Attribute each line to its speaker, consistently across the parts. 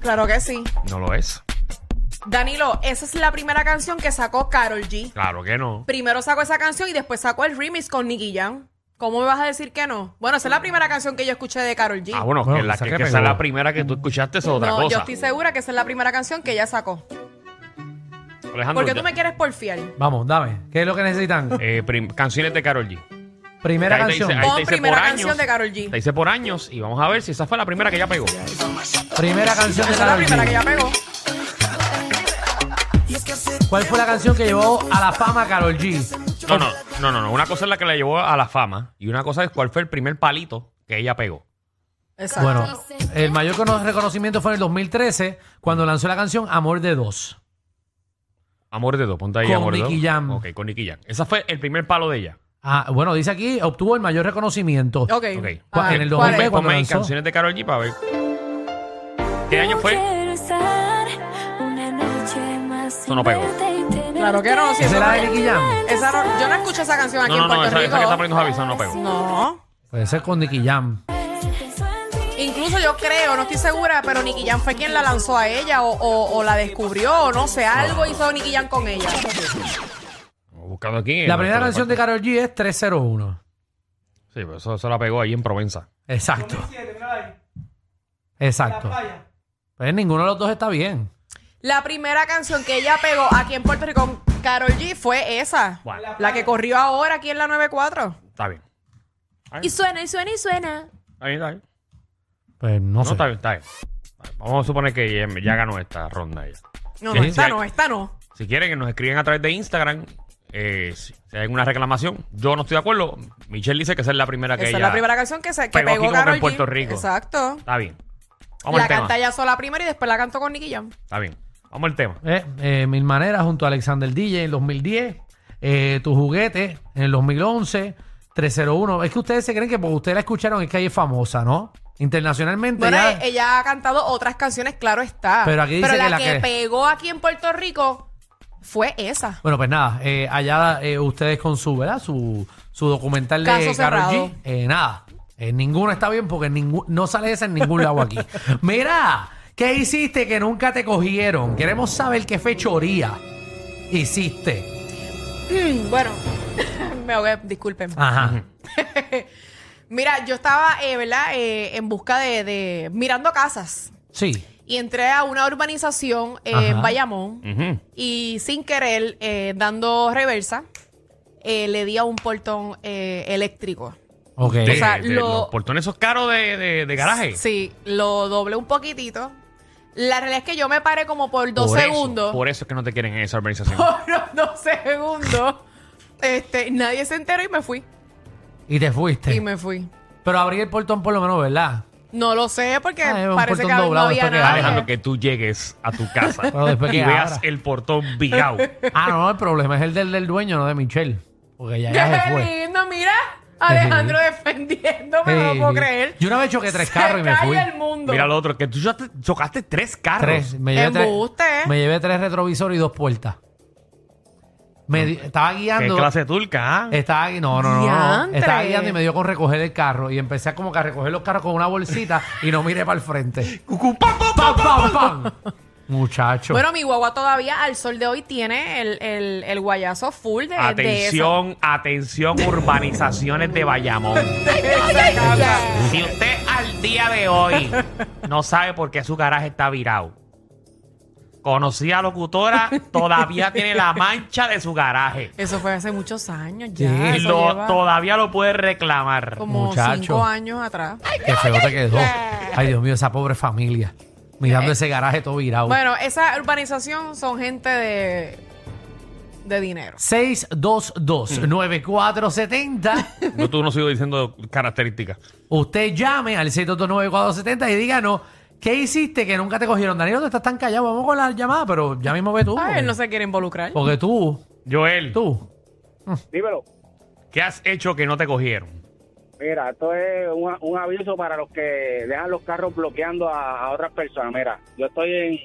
Speaker 1: Claro que sí.
Speaker 2: No lo es.
Speaker 1: Danilo, esa es la primera canción que sacó Carol G.
Speaker 2: Claro que no.
Speaker 1: Primero sacó esa canción y después sacó el remix con Nicky Jam. ¿Cómo me vas a decir que no? Bueno, esa es la primera canción que yo escuché de Carol G.
Speaker 2: Ah, bueno,
Speaker 3: Bueno,
Speaker 2: que, la,
Speaker 3: esa
Speaker 2: que,
Speaker 3: que
Speaker 2: que esa es
Speaker 3: pegó.
Speaker 2: la primera que tú escuchaste es otra
Speaker 1: no, yo
Speaker 2: cosa.
Speaker 1: estoy segura que esa es la primera canción que ella sacó.
Speaker 2: Alejandro,
Speaker 1: Porque tú
Speaker 2: ya-
Speaker 1: me quieres porfiar.
Speaker 3: Vamos, dame. ¿Qué es lo que necesitan?
Speaker 2: eh, prim- canciones de Carol G.
Speaker 3: Primera
Speaker 2: Ahí te dice-
Speaker 3: canción.
Speaker 2: ahí te
Speaker 1: Pon
Speaker 2: dice
Speaker 1: primera
Speaker 2: por
Speaker 1: canción
Speaker 2: años.
Speaker 1: de Karol G.
Speaker 2: Te hice por años y vamos a ver si esa fue la primera que ya pegó.
Speaker 3: Primera canción
Speaker 1: Esa
Speaker 3: de
Speaker 1: es la
Speaker 3: Karol
Speaker 1: primera que
Speaker 3: G.
Speaker 1: ella pegó.
Speaker 3: ¿Cuál fue la canción que llevó a la fama Carol G?
Speaker 2: No, no, no, no, no. Una cosa es la que la llevó a la fama y una cosa es cuál fue el primer palito que ella pegó.
Speaker 1: Exacto.
Speaker 3: Bueno, el mayor cono- reconocimiento fue en el 2013 cuando lanzó la canción Amor de Dos.
Speaker 2: Amor de dos, ponte ahí
Speaker 3: Con
Speaker 2: amor de dos.
Speaker 3: Nicky Jam.
Speaker 2: Ok, con Nicky Jam. Esa fue el primer palo de ella.
Speaker 3: Ah, bueno, dice aquí, obtuvo el mayor reconocimiento.
Speaker 1: ok.
Speaker 2: Ok.
Speaker 3: Cu-
Speaker 1: Ah,
Speaker 3: en el
Speaker 1: ¿cuál es?
Speaker 3: 2020 cuando
Speaker 2: Ponme ahí
Speaker 3: lanzó.
Speaker 2: canciones de Carol G para ver. ¿Qué año fue?
Speaker 4: Quiero estar una noche más
Speaker 2: Eso no pegó.
Speaker 4: sin verte y
Speaker 1: Claro que no. si
Speaker 3: ¿Esa
Speaker 1: eso
Speaker 3: era
Speaker 1: no-
Speaker 3: de Nicky Jam?
Speaker 1: esa no- yo no escuché esa canción aquí
Speaker 2: No, no,
Speaker 1: en
Speaker 2: no,
Speaker 1: Puerto
Speaker 2: esa, esa que está
Speaker 1: Rico.
Speaker 2: poniendo Javi, esa no pegó.
Speaker 1: no.
Speaker 3: Puede ser con Nicky Jam.
Speaker 4: Pienso en ti.
Speaker 1: Incluso yo creo, no estoy segura, pero Nicky Jam fue quien la lanzó a ella o, o- o la descubrió, o no sé, algo
Speaker 2: Ah.
Speaker 1: hizo Nicky Jam con ella.
Speaker 2: Buscando aquí. en
Speaker 3: La primera
Speaker 2: nuestro
Speaker 3: canción de Carol G es 301.
Speaker 2: Sí, pero eso, eso la pegó ahí en Provenza.
Speaker 3: Exacto. Exacto. Pues ninguno de los dos está bien.
Speaker 1: La primera canción que ella pegó aquí en Puerto Rico con Carol G fue esa.
Speaker 2: Bueno.
Speaker 1: La que corrió ahora aquí en la 94.
Speaker 2: Está bien.
Speaker 4: Y suena, y suena, y suena.
Speaker 2: Ahí está bien.
Speaker 3: Pues no,
Speaker 2: No,
Speaker 3: sé.
Speaker 2: está bien, está bien. Está bien. Vamos a suponer que ya, ya ganó esta ronda ella.
Speaker 1: No,
Speaker 2: Sí,
Speaker 1: no,
Speaker 2: sí,
Speaker 1: esta
Speaker 2: hay-
Speaker 1: no, esta no.
Speaker 2: Si quieren que nos escriben a través de Instagram, eh, si si hay alguna reclamación, yo no estoy de acuerdo. Michelle dice que esa es la primera que
Speaker 1: Esa es
Speaker 2: ella-
Speaker 1: la primera canción que, se, que
Speaker 2: pegó aquí
Speaker 1: pegó
Speaker 2: como que en
Speaker 1: Karol G.
Speaker 2: Puerto Rico.
Speaker 1: Exacto.
Speaker 2: Está bien. Vamos
Speaker 1: la
Speaker 2: al tema.
Speaker 1: canta ella sola primero y después la cantó con Nicky Jam.
Speaker 2: Está bien. Vamos al tema.
Speaker 3: Eh, eh, Mil Maneras junto a Alexander DJ en 2010. eh, tu juguete en el 2011. 301. Es que ustedes se creen que porque ustedes la escucharon es que ahí es famosa, ¿no? Internacionalmente.
Speaker 1: Bueno,
Speaker 3: ya-
Speaker 1: e- ella ha cantado otras canciones, claro está.
Speaker 3: Pero aquí dice que
Speaker 1: la
Speaker 3: la
Speaker 1: que,
Speaker 3: que-
Speaker 1: pegó aquí en Puerto Rico fue esa.
Speaker 3: Bueno, pues nada. eh, allá eh, ustedes con su, ¿verdad? Su, su documental de
Speaker 1: Caso
Speaker 3: Karol
Speaker 1: cerrado.
Speaker 3: G. eh, nada. Eh, ninguno está bien porque ningú- no sale esa en ningún lado aquí. Mira, ¿qué hiciste que nunca te cogieron? Queremos saber qué fechoría hiciste.
Speaker 1: Mm, bueno, me ahogué, disculpen.
Speaker 3: Ajá.
Speaker 1: Mira, yo estaba, eh, ¿verdad? Eh, en busca de, de- mirando casas.
Speaker 3: Sí.
Speaker 1: Y entré a una urbanización eh, en
Speaker 3: Ajá.
Speaker 1: Bayamón.
Speaker 2: Ujú.
Speaker 1: Y sin querer, eh, dando reversa, eh, le di a un portón eh, eléctrico.
Speaker 3: Ok.
Speaker 2: De-
Speaker 1: O sea,
Speaker 2: de
Speaker 1: lo-
Speaker 2: Los portones esos caros de, de- de garaje.
Speaker 1: Sí, lo doblé un poquitito. La realidad es que yo me paré como por dos
Speaker 2: Por eso-
Speaker 1: segundos.
Speaker 2: por eso es que no te quieren en esa organización.
Speaker 1: por unos dos segundos. Este, nadie se enteró y me fui.
Speaker 3: Y te fuiste.
Speaker 1: Y me fui.
Speaker 3: Pero abrí el portón por lo menos, ¿verdad?
Speaker 1: No lo sé porque
Speaker 3: Ah, es un
Speaker 1: parece que
Speaker 3: portón
Speaker 1: no
Speaker 3: doblado,
Speaker 1: había
Speaker 3: esto que
Speaker 1: nadie.
Speaker 2: Alejandro, que tú llegues a tu casa
Speaker 3: Pero después
Speaker 2: y
Speaker 3: que
Speaker 2: veas
Speaker 3: abra.
Speaker 2: el portón virado.
Speaker 3: Ah, no, el problema es el del, del dueño, no de Michelle. Porque ya, ya se
Speaker 1: Qué
Speaker 3: fue.
Speaker 1: lindo, mira. Alejandro defendiéndome, no
Speaker 3: Sí,
Speaker 1: lo puedo
Speaker 3: sí.
Speaker 1: creer.
Speaker 3: Yo una vez choqué tres
Speaker 1: Se
Speaker 3: carros y me
Speaker 1: cae
Speaker 3: fui.
Speaker 1: el mundo.
Speaker 2: Mira lo otro, que tú ya te- chocaste tres carros.
Speaker 3: Tres. Me llevé tres,
Speaker 1: Embuste. ¿eh?
Speaker 3: me llevé tres retrovisores y dos puertas. Me di- estaba
Speaker 2: ¿Qué
Speaker 3: guiando.
Speaker 2: clase turca? ah?
Speaker 3: Estaba, gui- no, no, no, no,
Speaker 1: Diantre.
Speaker 3: Estaba guiando y me dio con recoger el carro. Y empecé a como que a recoger los carros con una bolsita y no miré para el frente.
Speaker 2: Cucú, pam, pam,
Speaker 3: ¡Pam,
Speaker 2: pam, pam.
Speaker 3: pam, pam! Muchacho.
Speaker 1: Bueno, mi guagua todavía al sol de hoy tiene el, el, el guayazo full de, de eso.
Speaker 2: Atención, atención, urbanizaciones de Bayamón. Si usted al día de hoy no sabe por qué su garaje está virado, conocida locutora todavía tiene la mancha de su garaje.
Speaker 1: Eso fue hace muchos años
Speaker 3: Sí.
Speaker 1: ya. eso
Speaker 2: Lo-
Speaker 1: lleva
Speaker 2: todavía lo puede reclamar.
Speaker 1: como
Speaker 3: Muchacho.
Speaker 1: cinco años atrás.
Speaker 3: Qué feo te quedó.
Speaker 1: Eh.
Speaker 3: Ay, Dios mío, esa pobre familia. Mirando ese garaje todo virado.
Speaker 1: Bueno, esa urbanización son gente de, de dinero.
Speaker 3: 622-9470.
Speaker 2: No, tú no sigo diciendo características.
Speaker 3: Usted llame al 622-9470 y díganos ¿Qué hiciste que nunca te cogieron? Danilo, te estás tan callado. Vamos con la llamada, pero ya mismo ve tú.
Speaker 1: Ah,
Speaker 3: porque-
Speaker 1: él no se quiere involucrar.
Speaker 3: Porque tú,
Speaker 2: Joel,
Speaker 3: tú.
Speaker 5: Dímelo.
Speaker 2: ¿qué has hecho que no te cogieron?
Speaker 5: Mira, esto es un, un aviso para los que dejan los carros bloqueando a, a otras personas. Mira, yo estoy en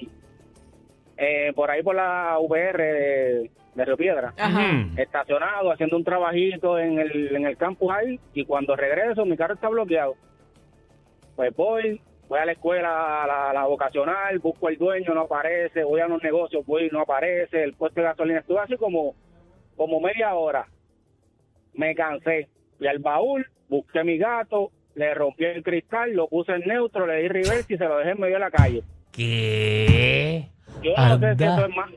Speaker 5: eh, por ahí por la VR de, de Río Piedra,
Speaker 1: Ajá.
Speaker 2: Ujú.
Speaker 5: estacionado, haciendo un trabajito en el, en el campus ahí, y cuando regreso mi carro está bloqueado. Pues voy, voy a la escuela, a la, a la vocacional, busco al dueño, no aparece, voy a unos negocios, voy, no aparece, el puesto de gasolina, estuve así como, como media hora. me cansé. Fui al baúl, busqué mi gato, le rompí el cristal, lo puse en neutro, le di reverse y se lo dejé en medio de la calle.
Speaker 2: ¿Qué?
Speaker 5: Yo no sé si
Speaker 3: Anda.
Speaker 5: eso es más.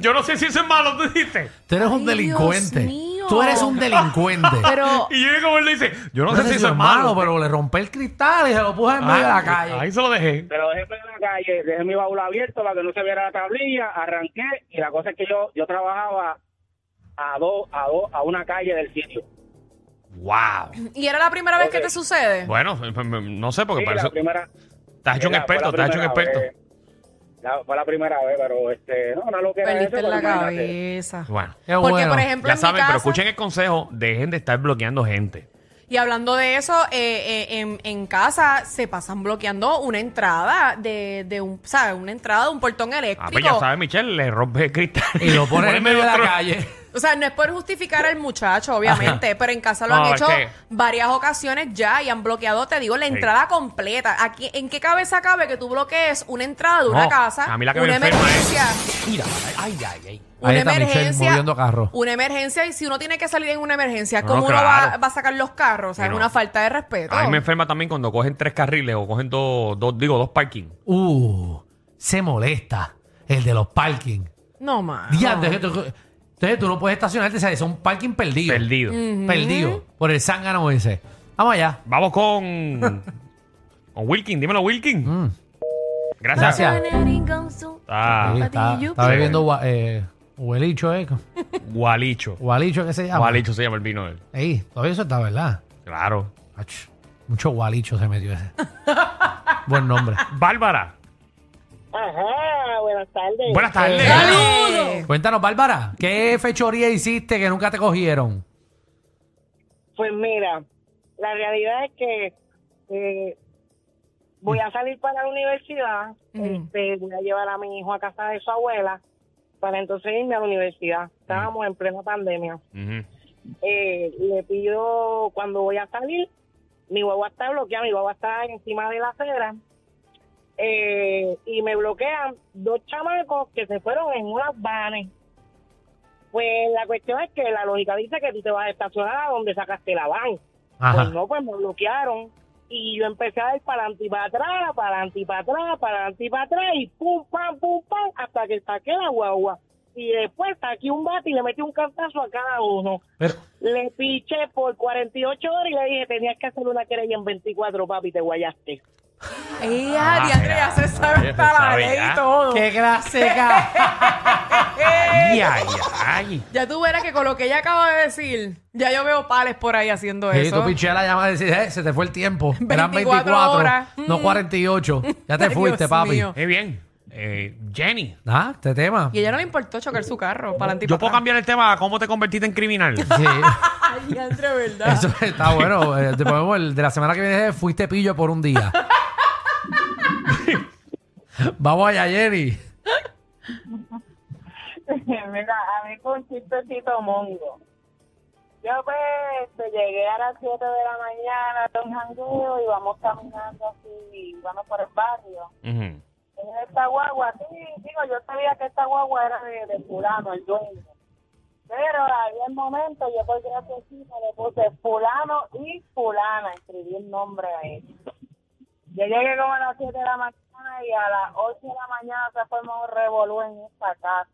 Speaker 2: Yo no sé si eso es malo, tú dijiste.
Speaker 3: Tú eres
Speaker 4: Ay,
Speaker 3: un
Speaker 4: Dios
Speaker 3: delincuente.
Speaker 4: mío.
Speaker 3: Tú eres un delincuente.
Speaker 4: Pero
Speaker 2: Y yo como él le dice, yo no, sé, si eso es malo. ah,
Speaker 3: pero le rompí el cristal y se lo puse en medio de la calle.
Speaker 2: Ahí se lo dejé.
Speaker 5: Se lo dejé en medio de la calle, dejé mi baúl abierto para que no se viera la tablilla, arranqué y la cosa es que yo, yo trabajaba a dos, a dos, a una calle del sitio.
Speaker 2: Wow.
Speaker 1: ¿Y era la primera vez que
Speaker 5: Ok.
Speaker 1: te sucede?
Speaker 2: Bueno, pues, pues, no sé, porque
Speaker 5: Sí,
Speaker 2: para
Speaker 5: la
Speaker 2: eso.
Speaker 5: primera,
Speaker 2: Te has hecho un
Speaker 5: Mira, fue la
Speaker 2: experto, te has hecho un
Speaker 5: primera
Speaker 2: experto.
Speaker 5: vez. La- fue la primera vez, pero este, no, no lo que era eso,
Speaker 1: Perdiste
Speaker 5: pero
Speaker 1: la
Speaker 5: imagínate.
Speaker 1: cabeza.
Speaker 2: Bueno,
Speaker 3: Qué
Speaker 1: Porque,
Speaker 3: bueno.
Speaker 1: por ejemplo,
Speaker 2: ya
Speaker 1: en
Speaker 2: saben,
Speaker 1: mi
Speaker 2: pero
Speaker 1: casa,
Speaker 2: escuchen el consejo, dejen de estar bloqueando gente.
Speaker 1: y hablando de eso, eh, eh, en, en casa se pasan bloqueando una entrada de, de un, ¿sabes? Una entrada de un portón
Speaker 2: Ah,
Speaker 1: eléctrico.
Speaker 2: pues ya sabes, Michelle, le rompe el cristal.
Speaker 3: Y lo pones en medio de la
Speaker 2: otro-
Speaker 3: calle.
Speaker 1: O sea, no es por justificar al muchacho, obviamente, pero en casa lo han
Speaker 2: No,
Speaker 1: hecho
Speaker 2: es que-
Speaker 1: varias ocasiones ya y han bloqueado, te digo, la
Speaker 2: Sí.
Speaker 1: entrada completa. Aquí, ¿En qué cabeza cabe que tú bloquees una entrada de
Speaker 2: No,
Speaker 1: una casa?
Speaker 2: a mí la que me
Speaker 1: una
Speaker 2: enferma es-
Speaker 1: emergencia.
Speaker 3: Mira, ay, ay, ay.
Speaker 1: Una
Speaker 3: Ahí está Michelle
Speaker 1: emergencia,
Speaker 3: moviendo carro.
Speaker 1: una emergencia, y si uno tiene que salir en una emergencia,
Speaker 2: No,
Speaker 1: ¿cómo
Speaker 2: no,
Speaker 1: uno va,
Speaker 2: claro.
Speaker 1: va a sacar los carros? O sea,
Speaker 2: Sí,
Speaker 1: es
Speaker 2: no.
Speaker 1: una falta de respeto.
Speaker 2: A mí me enferma también cuando cogen tres carriles o cogen dos, dos digo, dos parking.
Speaker 3: Uh, se molesta el de los parking.
Speaker 1: No más.
Speaker 3: Diantre, que tú- entonces tú no puedes estacionarte, ¿sabes? son parking perdidos.
Speaker 2: Perdido.
Speaker 1: Mm.
Speaker 3: Perdido. Por el zángano ese. Vamos allá.
Speaker 2: Vamos con. con Wilkin, dímelo, Wilkin.
Speaker 3: Mm.
Speaker 2: Gracias.
Speaker 3: Gracias.
Speaker 2: Ah,
Speaker 3: Sí, está,
Speaker 4: Patillo.
Speaker 3: está bebiendo gua- eh, huelicho, ¿eh?
Speaker 2: Gualicho.
Speaker 3: Gualicho, ¿qué se llama?
Speaker 2: Gualicho se llama el vino de él.
Speaker 3: Ey, todavía eso está, ¿verdad?
Speaker 2: Claro.
Speaker 3: Ach, mucho gualicho se metió ese. Buen nombre.
Speaker 2: Bárbara.
Speaker 6: Ajá, buenas tardes.
Speaker 2: Buenas tardes.
Speaker 1: ¡Saludos!
Speaker 3: Cuéntanos, Bárbara, ¿qué fechoría hiciste que nunca te cogieron?
Speaker 6: Pues mira, la realidad es que eh, voy a salir para la universidad,
Speaker 1: Ujú.
Speaker 6: este, voy a llevar a mi hijo a casa de su abuela para entonces irme a la universidad. Estábamos en plena pandemia.
Speaker 2: Ujú.
Speaker 6: Eh, le pido cuando voy a salir, mi guagua está bloqueada, mi guagua está encima de la acera. eh, y me bloquean dos chamacos que se fueron en unas vanes. Pues la cuestión es que la lógica dice que tú te vas a estacionar a donde sacaste la van. Pues no, pues me bloquearon. Y yo empecé a ir para adelante y para atrás, para adelante y para atrás, para adelante y para atrás, y pum, pam, pum, pam, hasta que saqué la guagua. Y después saqué un bate y le metí un cantazo a cada uno.
Speaker 3: Pero,
Speaker 6: Le piché por 48 horas y le dije, tenías que hacer una querella en 24, papi, te guayaste.
Speaker 1: ¡Ey, ah,
Speaker 2: Ah,
Speaker 1: diantre, ya
Speaker 2: ya.
Speaker 1: se sabe
Speaker 2: Ya
Speaker 1: hasta
Speaker 2: se
Speaker 1: la
Speaker 2: sabe,
Speaker 1: ley
Speaker 2: ya.
Speaker 1: y todo. Eh,
Speaker 3: ¡Qué gracia!
Speaker 2: Ay, ay, ay.
Speaker 1: Ya tú verás que con lo que ella acaba de decir, ya yo veo pales por ahí haciendo
Speaker 3: Sí,
Speaker 1: eso.
Speaker 3: tú piché la llamada y decís, eh, se te fue el tiempo.
Speaker 1: 24
Speaker 3: Eran 24,
Speaker 1: horas.
Speaker 3: no
Speaker 1: Mm.
Speaker 3: 48. Ya te
Speaker 1: Dios
Speaker 3: fuiste, papi.
Speaker 1: mío.
Speaker 2: Qué bien. Eh, Jenny.
Speaker 3: Ah, este tema.
Speaker 1: Y a ella no le importó chocar su carro para adelante y
Speaker 2: Yo
Speaker 1: para
Speaker 2: puedo
Speaker 1: atrás.
Speaker 2: cambiar el tema a cómo te convertiste en criminal.
Speaker 3: Sí,
Speaker 1: Ay, diantre, ¿verdad?
Speaker 3: eso está bueno. Eh, te ponemos el de la semana que viene, fuiste pillo por un día. Vamos allá, Jenny.
Speaker 6: Mira, a mí con chistecito mongo. Yo pues este, llegué a las 7 de la mañana de un jangueo y vamos caminando así, vamos por el barrio.
Speaker 2: Ujú.
Speaker 6: En esta guagua, sí, digo, yo sabía que esta guagua era de, de fulano, el dueño. Pero había el momento, yo por graciosita le puse fulano y fulana, escribí el nombre a ella. Yo llegué como a las 7 de la mañana y a las 8 de la mañana se formó un revolú en esta casa,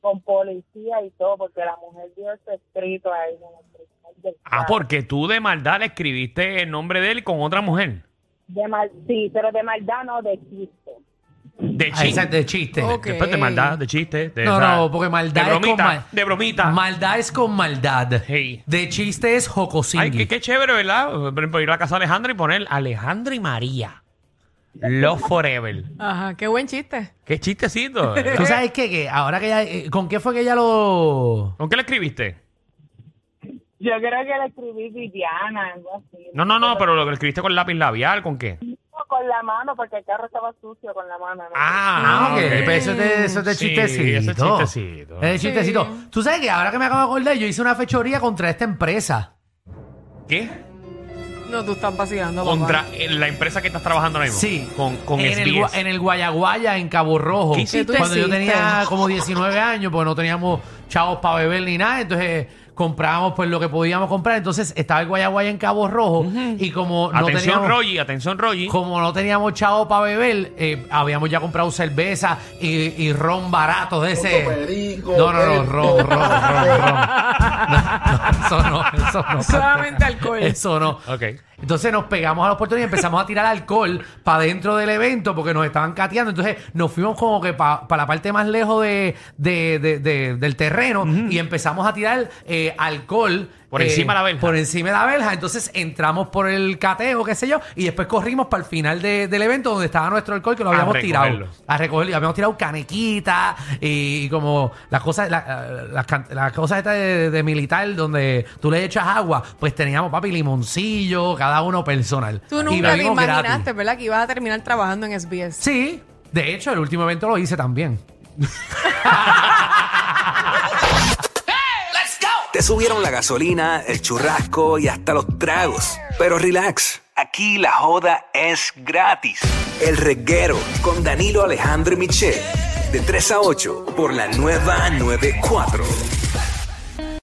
Speaker 6: con policía y todo, porque la mujer dio ese escrito ahí en el cristal del
Speaker 2: Ah,
Speaker 6: carro.
Speaker 2: porque tú de maldad le escribiste el nombre de él con otra mujer.
Speaker 6: De mal, sí, pero de maldad no, de chiste.
Speaker 2: De
Speaker 3: Ahí
Speaker 2: chiste.
Speaker 3: está, de chiste.
Speaker 1: Ok.
Speaker 2: Después de maldad, de chiste. de
Speaker 3: Ah, No,
Speaker 2: esa-
Speaker 3: no, porque maldad
Speaker 2: de bromita,
Speaker 3: es con mal-
Speaker 2: De bromita.
Speaker 3: Maldad es con maldad.
Speaker 2: Sí.
Speaker 3: De chiste es jocosingui.
Speaker 2: Ay, qué, qué chévere, ¿verdad? Por ejemplo, ir a la casa de Alejandra y poner Alejandra y María. Love Forever.
Speaker 1: Ajá, qué buen chiste.
Speaker 2: Qué chistecito.
Speaker 3: ¿Tú sabes qué? Que ahora que ella, eh, ¿Con qué fue que ella lo...?
Speaker 2: ¿Con qué le escribiste?
Speaker 6: Yo creo que la escribí Viviana, algo así.
Speaker 2: No, no, no, pero lo que le escribiste con lápiz labial, ¿con qué?
Speaker 6: Con la mano, porque el carro estaba sucio con la mano. ¿no?
Speaker 2: Ah,
Speaker 3: ok.
Speaker 2: ok.
Speaker 3: Pero eso es de, eso es de
Speaker 2: Sí,
Speaker 3: chistecito. Eh,
Speaker 2: eso es chistecito.
Speaker 3: Es de chistecito. Tú sabes que ahora que me acabo de acordar, yo hice una fechoría contra esta empresa.
Speaker 2: ¿Qué?
Speaker 1: No, tú estás vacilando. papá.
Speaker 2: Contra eh, la empresa que estás trabajando ahora mismo.
Speaker 3: Sí.
Speaker 2: Con, con
Speaker 3: en, el,
Speaker 2: SBS.
Speaker 3: gua- en el Guayaguaya, en Cabo Rojo.
Speaker 2: ¿Qué hiciste?
Speaker 3: Cuando yo
Speaker 1: ¿Tú hiciste?
Speaker 3: tenía como 19 años, pues no teníamos chavos para beber ni nada. Entonces comprábamos pues lo que podíamos comprar. Entonces estaba el Guayaguaya en Cabo Rojo. Y como no
Speaker 2: atención,
Speaker 3: teníamos...
Speaker 2: Rogi, atención, Rogi.
Speaker 3: Como no teníamos chavo para beber, eh, habíamos ya comprado cerveza y, y ron barato de ese. No, no, no, ron, ron, ron, ron. No, no, eso no, eso no.
Speaker 1: Solamente alcohol.
Speaker 2: Eh,
Speaker 3: Eso no.
Speaker 2: Ok.
Speaker 3: Entonces nos pegamos a los puertos y empezamos a tirar alcohol para dentro del evento porque nos estaban cateando. Entonces nos fuimos como que para la parte más lejos de, de- de- de- del terreno y empezamos a tirar eh, alcohol.
Speaker 2: Por
Speaker 3: eh,
Speaker 2: encima de la verja.
Speaker 3: Por encima de la verja. Entonces entramos por el cateo, qué sé yo, y después corrimos para el final de- del evento donde estaba nuestro alcohol que lo
Speaker 2: A
Speaker 3: habíamos tirado.
Speaker 2: recogerlo.
Speaker 3: A recogerlo. Y habíamos tirado canequitas y, y como las cosas, la- las, can- las cosas estas de, de militar donde tú le echas agua, pues teníamos papi limoncillo, cada uno personal.
Speaker 1: Tú
Speaker 3: Y
Speaker 1: nunca te
Speaker 3: bebimos gratis.
Speaker 1: imaginaste, ¿verdad? Que ibas a terminar trabajando en SBS.
Speaker 3: Sí, de hecho, el último evento lo hice también.
Speaker 7: Te subieron la gasolina, el churrasco y hasta los tragos. Pero relax, aquí la joda es gratis. El reguero con Danilo Alejandro y Michel, de 3 a 8 por la nueva 94.